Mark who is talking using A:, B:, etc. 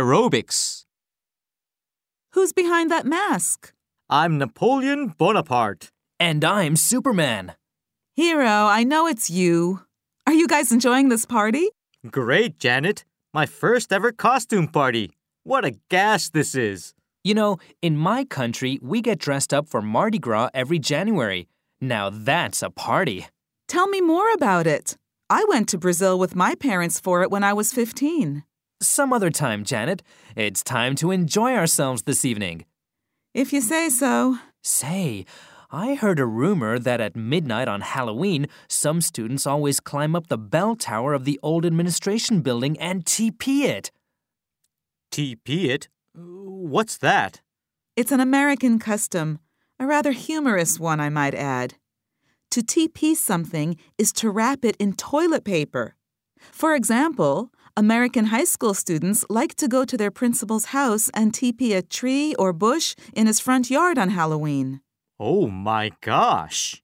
A: Aerobics.
B: Who's behind that mask?
C: I'm Napoleon Bonaparte.
D: And I'm Superman.
B: Hero, I know it's you. Are you guys enjoying this party?
C: Great, Janet. My first ever costume party. What a gas this is.
D: You know, in my country, we get dressed up for Mardi Gras every January. Now that's a party.
B: Tell me more about it. I went to Brazil with my parents for it when I was 15.
D: Some other time, Janet. It's time to enjoy ourselves this evening.
B: If you say so.
D: Say, I heard a rumor that at midnight on Halloween, some students always climb up the bell tower of the old administration building and TP it.
C: TP it? What's that?
B: It's an American custom, a rather humorous one, I might add. To TP something is to wrap it in toilet paper. For example, American high school students like to go to their principal's house and TP a tree or bush in his front yard on Halloween.
C: Oh my gosh.